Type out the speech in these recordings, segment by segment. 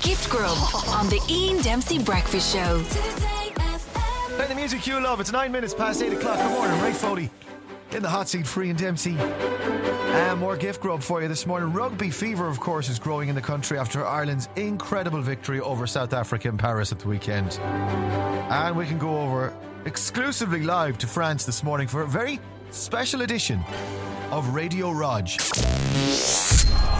Shift Grub on the Ian Dempsey Breakfast Show. Play the music you love. It's nine minutes past eight o'clock. Good morning, Ray Foley in the hot seat, free and Dempsey. And more gift grub for you this morning. Rugby fever, of course, is growing in the country after Ireland's incredible victory over South Africa in Paris at the weekend. And we can go over exclusively live to France this morning for a very special edition of Radio Raj.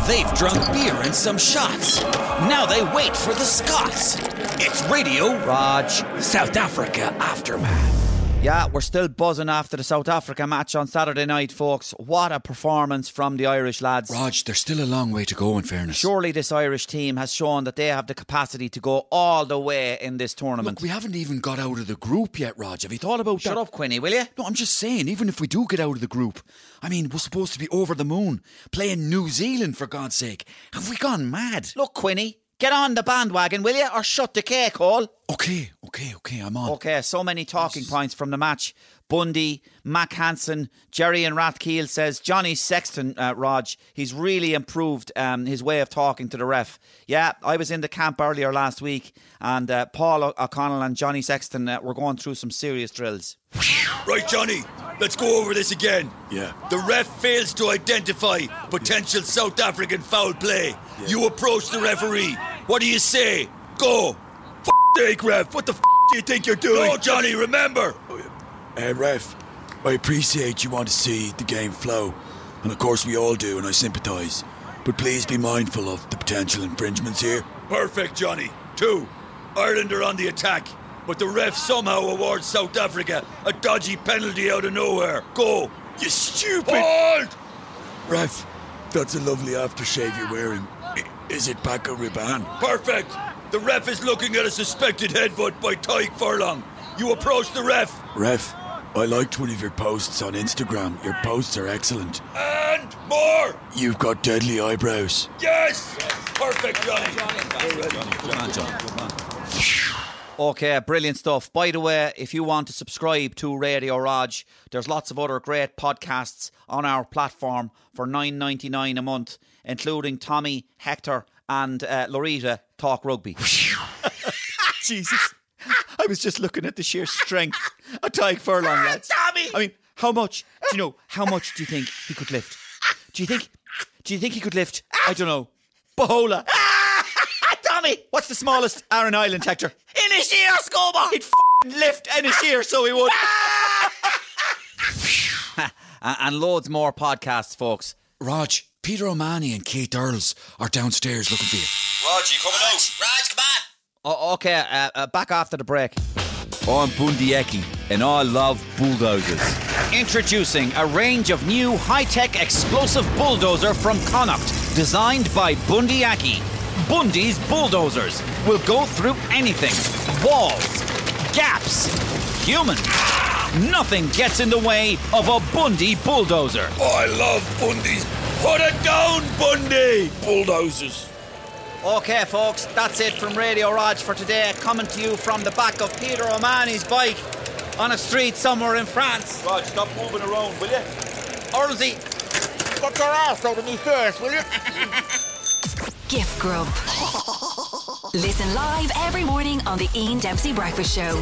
They've drunk beer and some shots. Now they wait for the Scots. It's Radio Raj, South Africa Aftermath. Yeah, we're still buzzing after the South Africa match on Saturday night, folks. What a performance from the Irish lads. Raj, there's still a long way to go, in fairness. Surely this Irish team has shown that they have the capacity to go all the way in this tournament. Look, we haven't even got out of the group yet, Raj. Have you thought about Shut that? up, Quinny, will you? No, I'm just saying, even if we do get out of the group, I mean, we're supposed to be over the moon, playing New Zealand, for God's sake. Have we gone mad? Look, Quinny, get on the bandwagon, will you? Or shut the cake hole. Okay, okay, okay, I'm on. Okay, so many talking points from the match. Bundy, Mac Hansen, Jerry and Rathkeel says Johnny Sexton, uh, Raj, he's really improved um, his way of talking to the ref. Yeah, I was in the camp earlier last week, and uh, Paul O- O'Connell and Johnny Sexton uh, were going through some serious drills. Right, Johnny, let's go over this again. Yeah. The ref fails to identify potential South African foul play. You approach the referee. What do you say? Go. F sake, ref. What the f do you think you're doing? No, Johnny, remember. Uh, ref, I appreciate you want to see the game flow, and of course we all do, and I sympathise. But please be mindful of the potential infringements here. Perfect, Johnny. Two. Ireland are on the attack, but the ref somehow awards South Africa a dodgy penalty out of nowhere. Go. You stupid. Hold! Ref, that's a lovely aftershave you're wearing. I- Is it Paco Rabanne? Perfect. The ref is looking at a suspected headbutt by Tyke Furlong. You approach the ref. Ref, I liked one of your posts on Instagram. Your posts are excellent. And more! You've got deadly eyebrows. Yes! Perfect, Johnny. We're ready. Okay, brilliant stuff. By the way, if you want to subscribe to Radio Raj, there's lots of other great podcasts on our platform for nine ninety nine a month, including Tommy, Hector, and uh, Lorita talk rugby. Jesus, I was just looking at the sheer strength of Tyke Furlong, lads. Ah, Tommy, I mean, how much? Do you know how much do you think he could lift? Do you think? Do you think he could lift? I don't know. Bohola. Ah, Tommy, what's the smallest Aran Island, Hector? Inishere, Scuba! Ah! He'd f***ing lift Inishere, so he would. and loads more podcasts, folks. Raj, Peter O'Mahony and Kate Earls are downstairs looking for you. Raj, you coming out? Raj, come on! Oh, okay, uh, uh, back after the break. I'm Bundieki and I love bulldozers. Introducing a range of new high-tech explosive bulldozer from Connacht, designed by Bundyaki. Bundy's bulldozers will go through anything: walls, gaps, humans. Nothing gets in the way of a Bundy bulldozer. I love Bundy's. Put it down, Bundy! Bulldozers. Okay, folks, that's it from Radio Raj for today. Coming to you from the back of Peter O'Mahony's bike on a street somewhere in France. Raj, stop moving around, will you? Orlsey, Gift Grub. Listen live every morning on the Ian Dempsey Breakfast Show.